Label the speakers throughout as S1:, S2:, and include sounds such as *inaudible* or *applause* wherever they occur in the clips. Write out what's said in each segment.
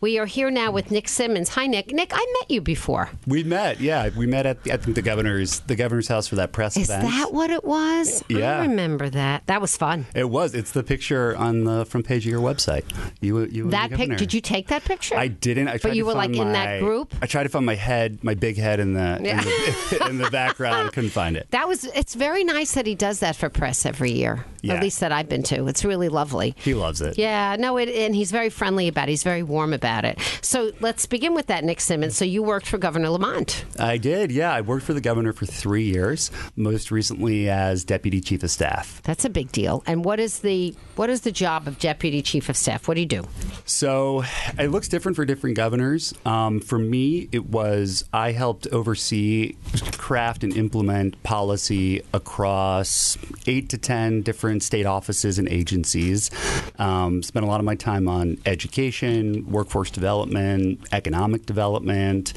S1: We are here now with Nick Simmons. Hi, Nick. Nick, I met you before.
S2: We met, yeah. We met at the, I think the governor's the governor's house for that press
S1: Is
S2: event.
S1: that what it was?
S2: Yeah.
S1: I remember that. That was fun.
S2: it was. It's the picture on the front page of your website. You, you and
S1: That
S2: the
S1: pic?
S2: governor.
S1: Did you take that picture?
S2: I didn't. I tried
S1: you
S2: to
S1: were, like,
S2: find
S1: in that
S2: my-
S1: group?
S2: I tried to find my head, my big head in the
S1: Yeah.
S2: in, the, *laughs* in the background. I couldn't find it.
S1: That was. It's very nice that he does that for press every year.
S2: Yeah.
S1: At least that I've been to. It's really lovely.
S2: He loves it.
S1: Yeah, no, it, and he's very friendly about it. He's very warm about it. So let's begin with that, Nick Simmons. So you worked for Governor Lamont.
S2: I did. Yeah, I worked for the governor for three years. Most recently as deputy chief of staff.
S1: That's a big deal. And what is the what is the job of deputy chief of staff? What do you do?
S2: So it looks different for different governors. Um, for me, it was I helped oversee, craft, and implement policy across eight to 10 different state offices and agencies. Um, spent a lot of my time on education, workforce development, economic development,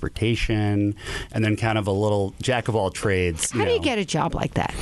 S2: transportation, and then kind of a little jack of all trades.
S1: How do you
S2: know.
S1: get a job like that?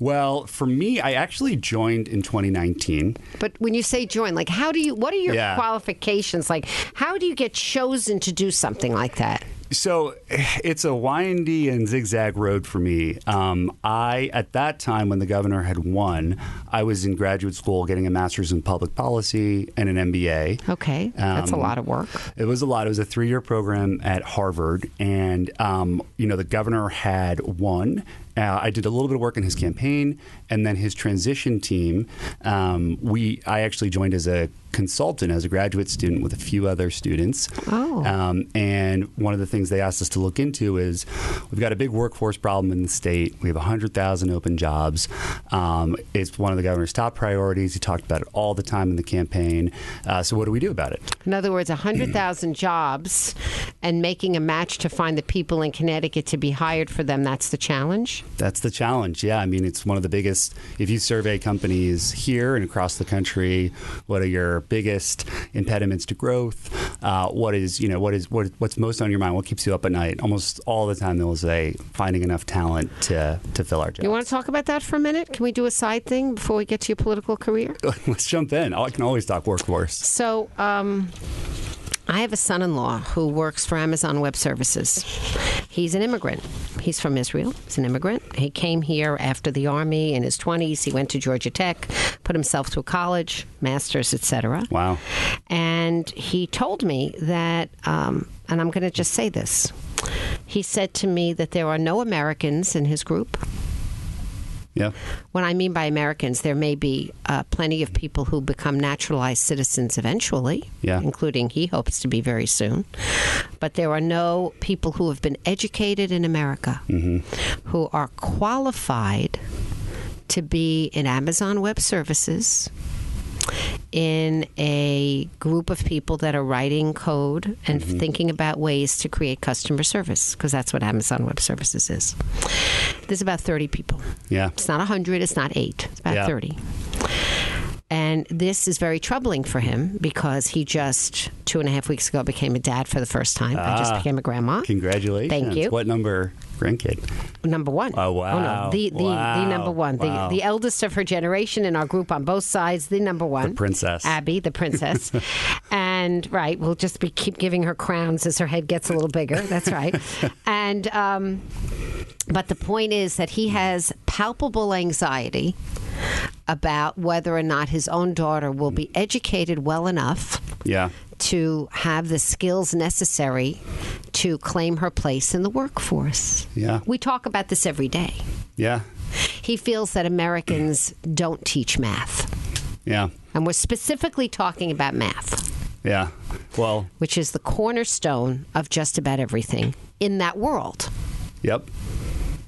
S2: Well, for me, I actually joined in 2019.
S1: But when you say join, like how do you? What are your
S2: Yeah.
S1: qualifications? Like how do you get chosen to do something like that?
S2: So it's a windy and zigzag road for me. Um, I, at that time when the governor had won, I was in graduate school getting a master's in public policy and an MBA.
S1: Okay, that's a
S2: Um,
S1: lot of work.
S2: It was a lot. It was a three year program at Harvard. And, um, you know, the governor had won. Uh, I did a little bit of work in his campaign and then his transition team. Um, we, I actually joined as a consultant, as a graduate student with a few other students.
S1: Oh.
S2: Um, and one of the things they asked us to look into is we've got a big workforce problem in the state. We have 100,000 open jobs. Um, it's one of the governor's top priorities. He talked about it all the time in the campaign. Uh, so, what do we do about it?
S1: In other words, 100,000 jobs and making a match to find the people in Connecticut to be hired for them, that's the challenge.
S2: That's the challenge. Yeah, I mean, it's one of the biggest. If you survey companies here and across the country, what are your biggest impediments to growth? Uh, what is you know what is what what's most on your mind? What keeps you up at night? Almost all the time, they'll say finding enough talent to to fill our jobs.
S1: You want to talk about that for a minute? Can we do a side thing before we get to your political career?
S2: *laughs* Let's jump in. Oh, I can always talk workforce.
S1: So, um, I have a son in law who works for Amazon Web Services. He's an immigrant. He's from Israel. He's an immigrant. He came here after the army in his 20s. He went to Georgia Tech, put himself through college, master's, etc.
S2: Wow.
S1: And he told me that, um, and I'm going to just say this. He said to me that there are no Americans in his group.
S2: Yeah.
S1: When I mean by Americans, there may be uh, plenty of people who become naturalized citizens eventually,
S2: Yeah.
S1: including he hopes to be very soon. But there are no people who have been educated in America who are qualified to be in Amazon Web Services. In a group of people that are writing code and thinking about ways to create customer service, because that's what Amazon Web Services is. There's about 30 people.
S2: Yeah.
S1: It's not 100, it's not 8, it's about
S2: Yeah.
S1: 30. And this is very troubling for him because he just two and a half weeks ago became a dad for the first time. I just
S2: Ah.
S1: became a grandma.
S2: Congratulations.
S1: Thank you.
S2: What number grandkid?
S1: Number one.
S2: Oh,
S1: no.
S2: wow.
S1: The, the, the
S2: Wow.
S1: number one.
S2: Wow.
S1: The, the eldest of her generation in our group on both sides, the number one.
S2: princess.
S1: Abby, the princess. and and right, we'll just be keep giving her crowns as her head gets a little bigger. That's right. and um, but the point is that he has palpable anxiety about whether or not his own daughter will be educated well enough
S2: Yeah.
S1: to have the skills necessary to claim her place in the workforce.
S2: Yeah.
S1: We talk about this every day.
S2: Yeah.
S1: He feels that Americans don't teach math.
S2: Yeah.
S1: And we're specifically talking about math,
S2: Yeah. Well,
S1: which is the cornerstone of just about everything in that world.
S2: Yep.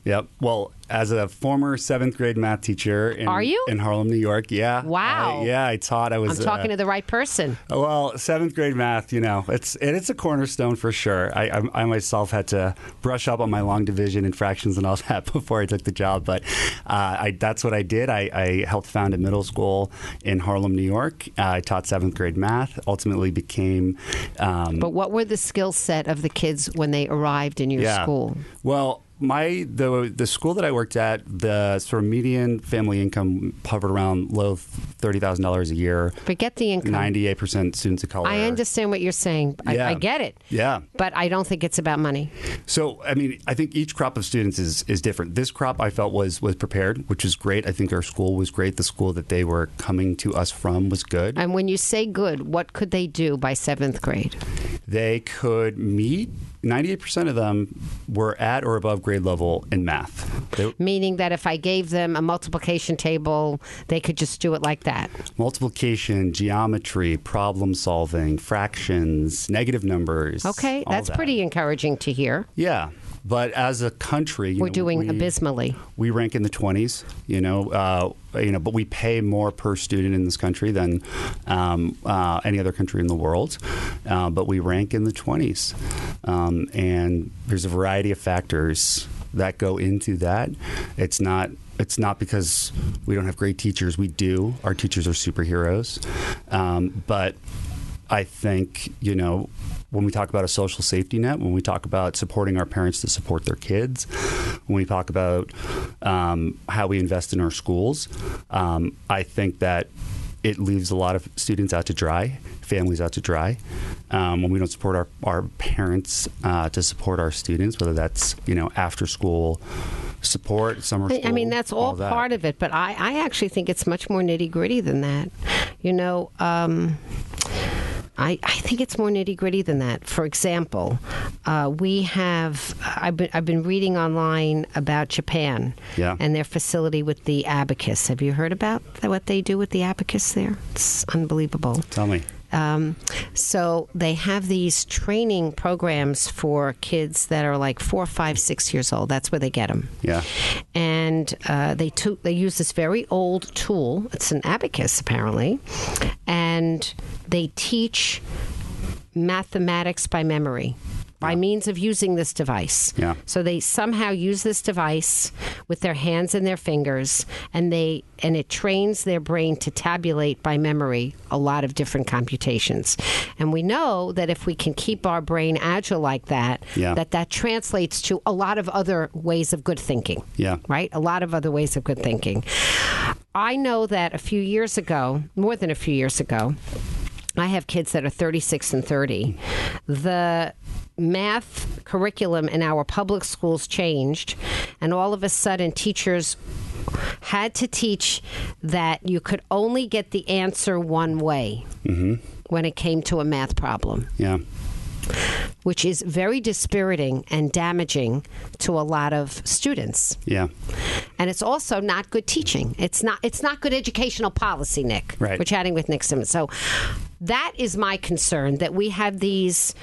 S2: Yep. Well, as a former seventh grade math teacher in,
S1: Are you?
S2: in Harlem, New York, yeah.
S1: Wow.
S2: I- yeah, I taught. I
S1: I'm
S2: was
S1: talking
S2: uh,
S1: to the right person.
S2: Well, seventh grade math, you know, it's and it's a cornerstone for sure. I, I, I myself had to brush up on my long division and fractions and all *laughs* that before I took the job, but uh, I, that's what I did. I, I helped found a middle school in Harlem, New York. Uh, I taught seventh grade math. Ultimately, became um,
S1: But what were the skill set of the kids when they arrived in your school?
S2: Well, my the the school that I worked at, the sort of median family income hovered around low thirty thousand dollars a year.
S1: Forget the income.
S2: Ninety eight percent students of color.
S1: I understand what you're saying. I,
S2: Yeah.
S1: I get it.
S2: Yeah.
S1: But I don't think it's about money.
S2: So, I mean, I think each crop of students is, is different. This crop I felt was was prepared, which is great. I think our school was great. The school that they were coming to us from was good.
S1: And when you say good, what could they do by seventh grade?
S2: They could meet. Ninety-eight percent of them were at or above grade level in math. They,
S1: Meaning that if I gave them a multiplication table, they could just do it like that.
S2: multiplication, geometry, problem solving, fractions, negative numbers.
S1: Okay,
S2: all
S1: that's
S2: that.
S1: pretty encouraging to hear.
S2: Yeah, but as a country, you
S1: We're
S2: know,
S1: doing
S2: we,
S1: abysmally.
S2: We rank in the twenties, you know, uh, you know, but we pay more per student in this country than um, uh, any other country in the world. Uh, but we rank in the twenties, um, and there's a variety of factors that go into that. It's not. It's not because we don't have great teachers. We do. Our teachers are superheroes, um, but I think, you know, when we talk about a social safety net, when we talk about supporting our parents to support their kids, when we talk about um, how we invest in our schools, um, I think that it leaves a lot of students out to dry, families out to dry. Um, when we don't support our, our parents uh, to support our students, whether that's, you know, after school support, summer
S1: I-
S2: school.
S1: I mean, that's all,
S2: that.
S1: part of it, but I, I actually think it's much more nitty gritty than that. You know, um, I, I think it's more nitty gritty than that. For example, uh, we have, I've been, I've been reading online about Japan
S2: Yeah.
S1: and their facility with the abacus. Have you heard about what they do with the abacus there? It's unbelievable.
S2: Tell me.
S1: Um, so they have these training programs for kids that are like four, five, six years old. That's where they get them.
S2: Yeah.
S1: And uh, they took they use this very old tool. It's an abacus apparently, and they teach mathematics by memory. By means of using this device.
S2: Yeah.
S1: So they somehow use this device with their hands and their fingers and they and it trains their brain to tabulate by memory a lot of different computations. And we know that if we can keep our brain agile like that,
S2: Yeah.
S1: that that translates to a lot of other ways of good thinking.
S2: Yeah.
S1: Right? A lot of other ways of good thinking. I know that a few years ago, more than a few years ago, I have kids that are 36 and 30. The math curriculum in our public schools changed, and all of a sudden, teachers had to teach that you could only get the answer one way when it came to a math problem
S2: Yeah.
S1: which is very dispiriting and damaging to a lot of students.
S2: Yeah.
S1: And it's also not good teaching. It's not it's not good educational policy, Nick.
S2: Right.
S1: We're chatting with Nick Simmons. So that is my concern that we have these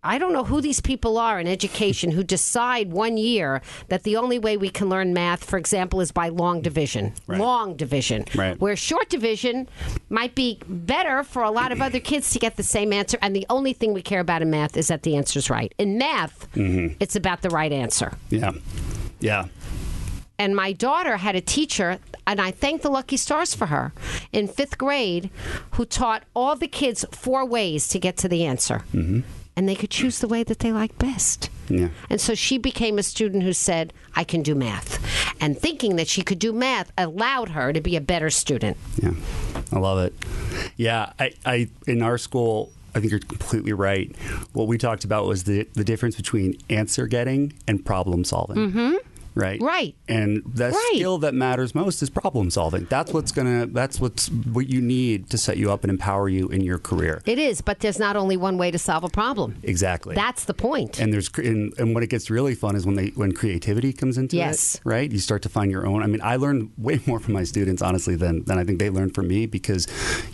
S1: I don't know who these people are in education who decide one year that the only way we can learn math, for example, is by long division.
S2: Right.
S1: Long division.
S2: Right.
S1: Where short division might be better for a lot of other kids to get the same answer. And the only thing we care about in math is that the answer's right. In math,
S2: Mm-hmm.
S1: it's about the right answer.
S2: Yeah. Yeah.
S1: And my daughter had a teacher, and I thank the lucky stars for her, in fifth grade, who taught all the kids four ways to get to the answer. Mm-hmm. And they could choose the way that they liked best.
S2: Yeah.
S1: And so she became a student who said, I can do math. And thinking that she could do math allowed her to be a better student.
S2: Yeah, I love it. Yeah, I, I in our school, I think you're completely right. What we talked about was the the difference between answer getting and problem solving. Mm-hmm. Right.
S1: Right.
S2: And the
S1: Right.
S2: skill that matters most is problem solving. That's what's gonna. That's what's what you need to set you up and empower you in your career.
S1: It is, but there's not only one way to solve a problem.
S2: Exactly.
S1: That's the point.
S2: and there's cre- and, and when it gets really fun is when they when creativity comes into
S1: Yes.
S2: it right you start to find your own i mean i learned way *laughs* more from my students honestly than than i think they learned from me because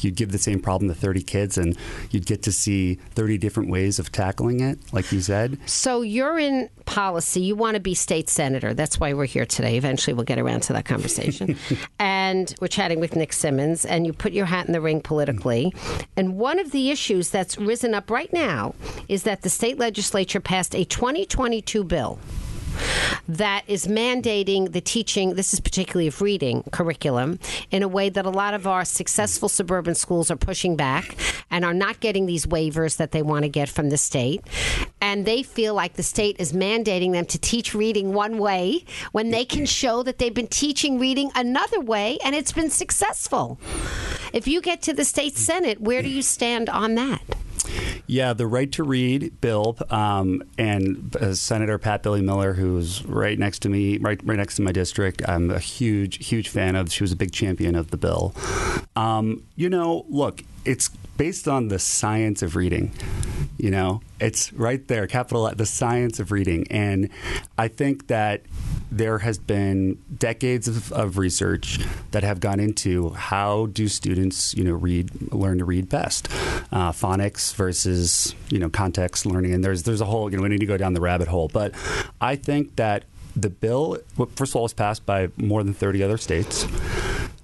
S2: you'd give the same problem to 30 kids and you'd get to see 30 different ways of tackling it like you said
S1: So you're in policy. You want to be state senator. That's why we're here today. Eventually, we'll get around to that conversation. and we're chatting with Nick Simmons. And you put your hat in the ring politically. And one of the issues that's risen up right now is that the state legislature passed a 2022 bill that is mandating the teaching, this is particularly of reading curriculum, in a way that a lot of our successful suburban schools are pushing back and are not getting these waivers that they want to get from the state. And they feel like the state is mandating them to teach reading one way when they can show that they've been teaching reading another way and it's been successful. If you get to the state senate, where do you stand on that?
S2: Yeah, the right to read bill, um, and uh, Senator Pat Billy Miller, who's right next to me, right right next to my district. I'm a huge huge fan of. She was a big champion of the bill. Um, you know, look, it's based on the science of reading. You know, it's right there, capital the science of reading, and I think that there has been decades of, of research that have gone into how do students, you know, read, learn to read best, uh, phonics versus you know context learning, and there's there's a whole you know we need to go down the rabbit hole, but I think that the bill, well, first of all, was passed by more than 30 other states,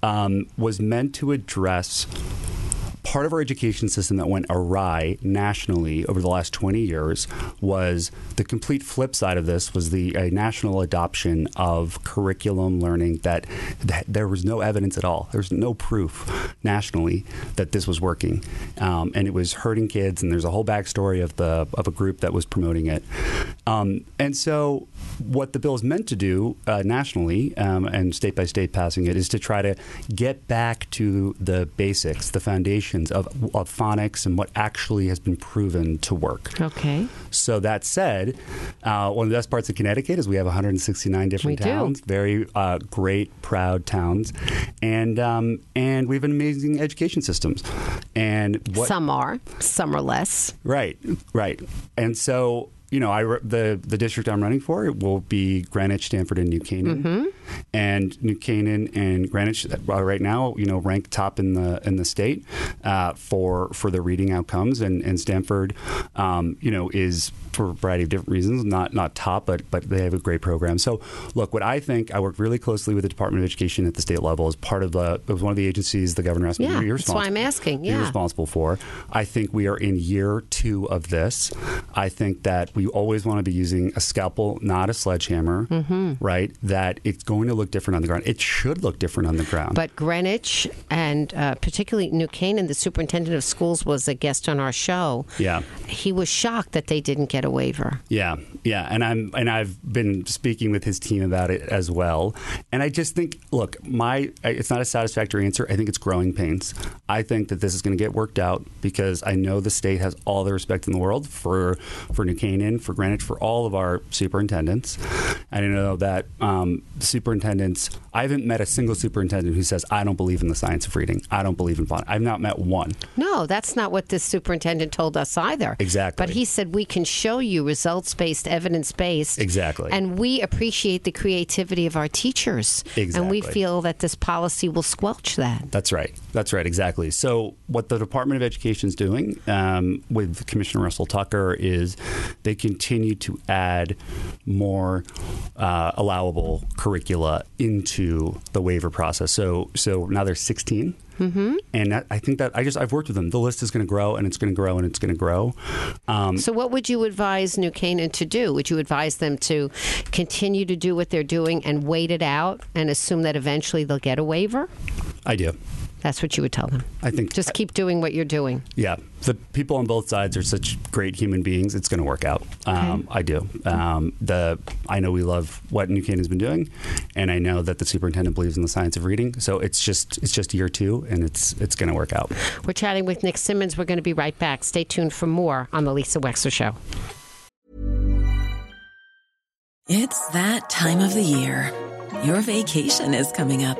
S2: um, was meant to address part of our education system that went awry nationally over the last 20 years was the complete flip side of this was the uh, national adoption of curriculum learning that, that there was no evidence at all there was no proof nationally that this was working um, and it was hurting kids and there's a whole backstory of the of a group that was promoting it um, and so what the bill is meant to do uh, nationally um, and state by state passing it is to try to get back to the basics, the foundations of, of phonics and what actually has been proven to work.
S1: Okay.
S2: So that said, uh, one of the best parts of Connecticut is we have 169 different
S1: We do.
S2: towns, very uh, great, proud towns, and um, and we have an amazing education systems. And what
S1: Some are, some are less.
S2: Right, right. And so, you know, I re- the the district I'm running for it will be Greenwich, Stanford, and New Canaan.
S1: Mm-hmm.
S2: And New Canaan and Greenwich uh, right now, you know, rank top in the in the state uh, for for the reading outcomes, and and Stanford, um, you know, is for a variety of different reasons not not top, but but they have a great program. So, look, what I think I work really closely with the Department of Education at the state level as part of the it was one of the agencies the governor asked me
S1: Yeah,
S2: to be
S1: that's why I'm
S2: responsible-
S1: asking,
S2: be
S1: yeah.
S2: responsible responsible for. I think we are in year two of this. I think that we always want to be using a scalpel, not a sledgehammer, right? That it's going to look different on the ground. It should look different on the ground.
S1: But Greenwich and uh, particularly New Canaan, the superintendent of schools was a guest on our show.
S2: Yeah.
S1: He was shocked that they didn't get a waiver.
S2: Yeah, yeah, and I'm and I've been speaking with his team about it as well. And I just think, look, my it's not a satisfactory answer. I think it's growing pains. I think that this is going to get worked out because I know the state has all the respect in the world for for New Canaan, for Greenwich, for all of our superintendents. I know that um, superintendents. I haven't met a single superintendent who says I don't believe in the science of reading. I don't believe in fun. I've not met one.
S1: No, that's not what this superintendent told us either.
S2: Exactly.
S1: But he said we can show you results based, evidence based.
S2: Exactly.
S1: And we appreciate the creativity of our teachers. And we
S2: Exactly.
S1: feel that this policy will squelch that.
S2: That's right. That's right. Exactly. So, what the Department of Education is doing um, with Commissioner Russell Tucker is they continue to add more uh, allowable curricula into the waiver process. So, so now there's 16. Mm-hmm. And that, I think that I just I've worked with them. The list is going to grow and it's going to grow and it's going to grow. Um,
S1: So, what would you advise New Canaan to do? Would you advise them to continue to do what they're doing and wait it out and assume that eventually they'll get a waiver?
S2: I do.
S1: That's what you would tell them.
S2: I think-
S1: Just keep doing what you're doing.
S2: Yeah, the people on both sides are such great human beings. It's going to work out. Um, I do. Um, the I know we love what New Canaan has been doing, and I know that the superintendent believes in the science of reading. So it's just it's just year two, and it's it's going to work out.
S1: We're chatting with Nick Simmons. We're going to be right back. Stay tuned for more on The Lisa Wexler Show.
S3: It's that time of the year. Your vacation is coming up.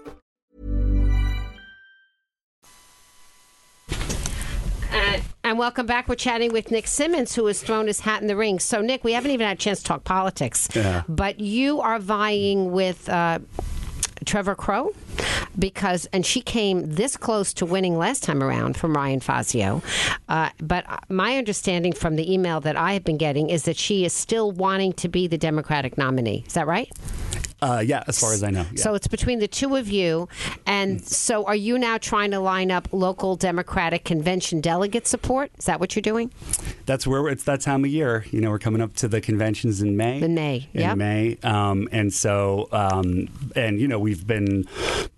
S1: And welcome back. We're chatting with Nick Simmons, who has thrown his hat in the ring. So, Nick, we haven't even had a chance to talk politics,
S2: Yeah.
S1: but you are vying with uh, Trevor Crow because, and she came this close to winning last time around from Ryan Fazio. Uh, but my understanding from the email that I have been getting is that she is still wanting to be the Democratic nominee. Is that right?
S2: Uh, yeah, as far as I know. Yeah. Mm.
S1: So it's between the two of you. And so are you now trying to line up local Democratic convention delegate support? Is that what you're doing?
S2: that's where it's that time of year. You know, we're coming up to the conventions in May.
S1: In May,
S2: in
S1: yep.
S2: May, um, and so um, and you know we've been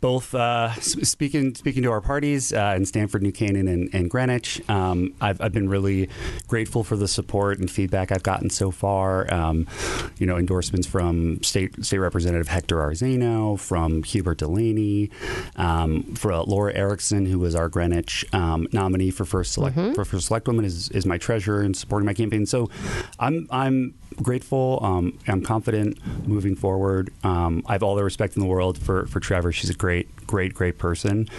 S2: both uh, s- speaking speaking to our parties uh, in Stanford, New Canaan, and, and Greenwich. Um, I've, I've been really grateful for the support and feedback I've gotten so far. Um, you know, endorsements from state state representative Hector Arzano, from Hubert Delaney, um, for uh, Laura Erickson, who was our Greenwich um, nominee for first select
S1: Mm-hmm.
S2: for first select woman, is, is my treasurer and supporting my campaign. So, I'm I'm grateful. Um, I'm confident moving forward. Um, I have all the respect in the world for for Trevor. She's a great, great, great person.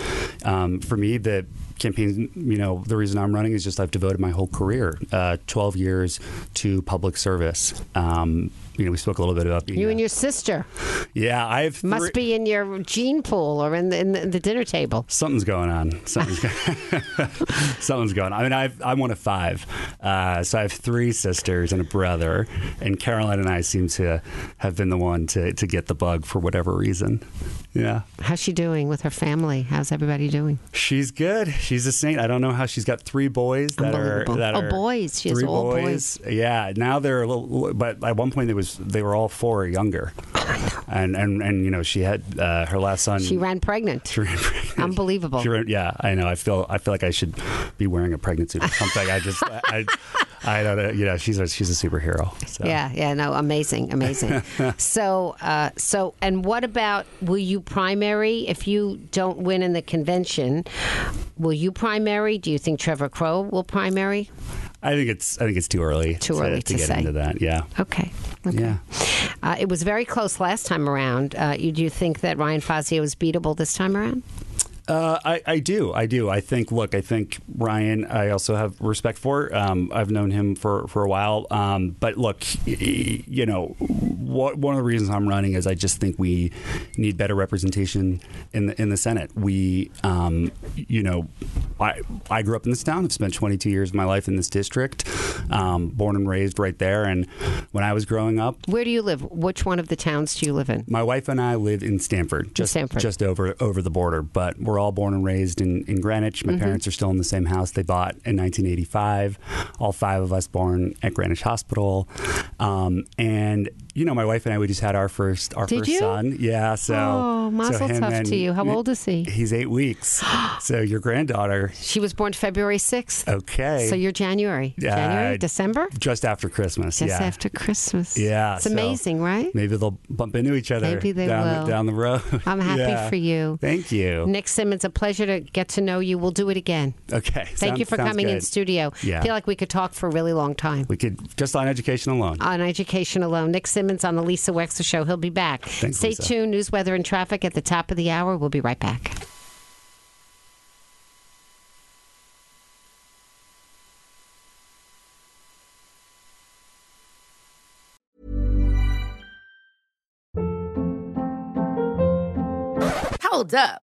S2: Um, for me, the campaign, you know, the reason I'm running is just I've devoted my whole career, uh, 12 years, to public service. Um, you know, we spoke a little bit about being
S1: You
S2: a-
S1: and your sister
S2: yeah. I've
S1: must
S2: three-
S1: be in your gene pool or in the, in the, the dinner table.
S2: Something's going on. Something's, go- *laughs* Something's going on. I mean, I've, I'm one of five. Uh, so I have three sisters and a brother. And Caroline and I seem to have been the one to, to get the bug for whatever reason. Yeah.
S1: How's she doing with her family? How's everybody doing?
S2: She's good. She's a saint. I don't know how she's got three boys that are
S1: Unbelievable.
S2: that
S1: Oh,
S2: are
S1: boys. She has
S2: three
S1: all
S2: boys. Yeah. Now they're a little, but at one point they was they were all four or younger, and and and you know she had uh, her last son.
S1: She ran pregnant.
S2: She ran pregnant.
S1: Unbelievable.
S2: She ran- yeah, I know. I feel I feel like I should be wearing a pregnant suit or something. I just I, I don't know. You know, she's a, she's a superhero. So.
S1: Yeah, yeah, no, amazing,
S2: *laughs*
S1: amazing. so, uh, so, and what about will you primary if you don't win in the convention? Will you primary? Do you think Trevor Crow will primary?
S2: I think it's I think it's too early.
S1: Too
S2: to,
S1: early to
S2: get
S1: say.
S2: into that. Yeah.
S1: Okay.
S2: Yeah.
S1: Uh, it was very close last time around. Uh, you, do you think that Ryan Fazio is beatable this time around?
S2: Uh, I, I do. I do. I think, look, I think Ryan, I also have respect for. Um, I've known him for, for a while. Um, but look, y- y- you know, what, one of the reasons I'm running is I just think we need better representation in the, in the Senate. We, um, you know, I, I grew up in this town. I've spent 22 years of my life in this district, um, born and raised right there. And when I was growing up,
S1: Where do you live? Which one of the towns do you live in?
S2: my wife and I live in Stanford, just
S1: Stanford.
S2: just over over the border. But we're all born and raised in, in Greenwich. My
S1: Mm-hmm.
S2: parents are still in the same house they bought in 1985. All five of us born at Greenwich Hospital, um, and you know, my wife and I we just had our first our
S1: Did
S2: first
S1: you?
S2: son. Yeah, so
S1: Oh, mazel
S2: so him
S1: tov
S2: and-
S1: to you. How old is he?
S2: He's
S1: *gasps*
S2: eight weeks. so your granddaughter.
S1: She was born February 6th.
S2: Okay.
S1: So you're January.
S2: Oh, Yeah,
S1: January,
S2: I-
S1: December?
S2: just after Christmas.
S1: Just
S2: yeah.
S1: after Christmas.
S2: Yeah,
S1: It's
S2: so
S1: amazing, right?
S2: Maybe they'll bump into each other
S1: Maybe they
S2: down,
S1: will.
S2: The, down the road.
S1: I'm happy
S2: *laughs* Yeah.
S1: for you.
S2: Thank you.
S1: Nick Simmons, a pleasure to get to know you. We'll do it again.
S2: Okay.
S1: Thank you for coming in studio.
S2: Yeah.
S1: feel like we could talk for a really long time.
S2: We could just on education alone.
S1: on education alone. Nick Simmons on the Lisa Wexler Show. He'll be back.
S2: Thanks,
S1: Stay
S2: Lisa.
S1: tuned. News, weather, and traffic at the top of the hour. We'll be right back.
S4: Hold up.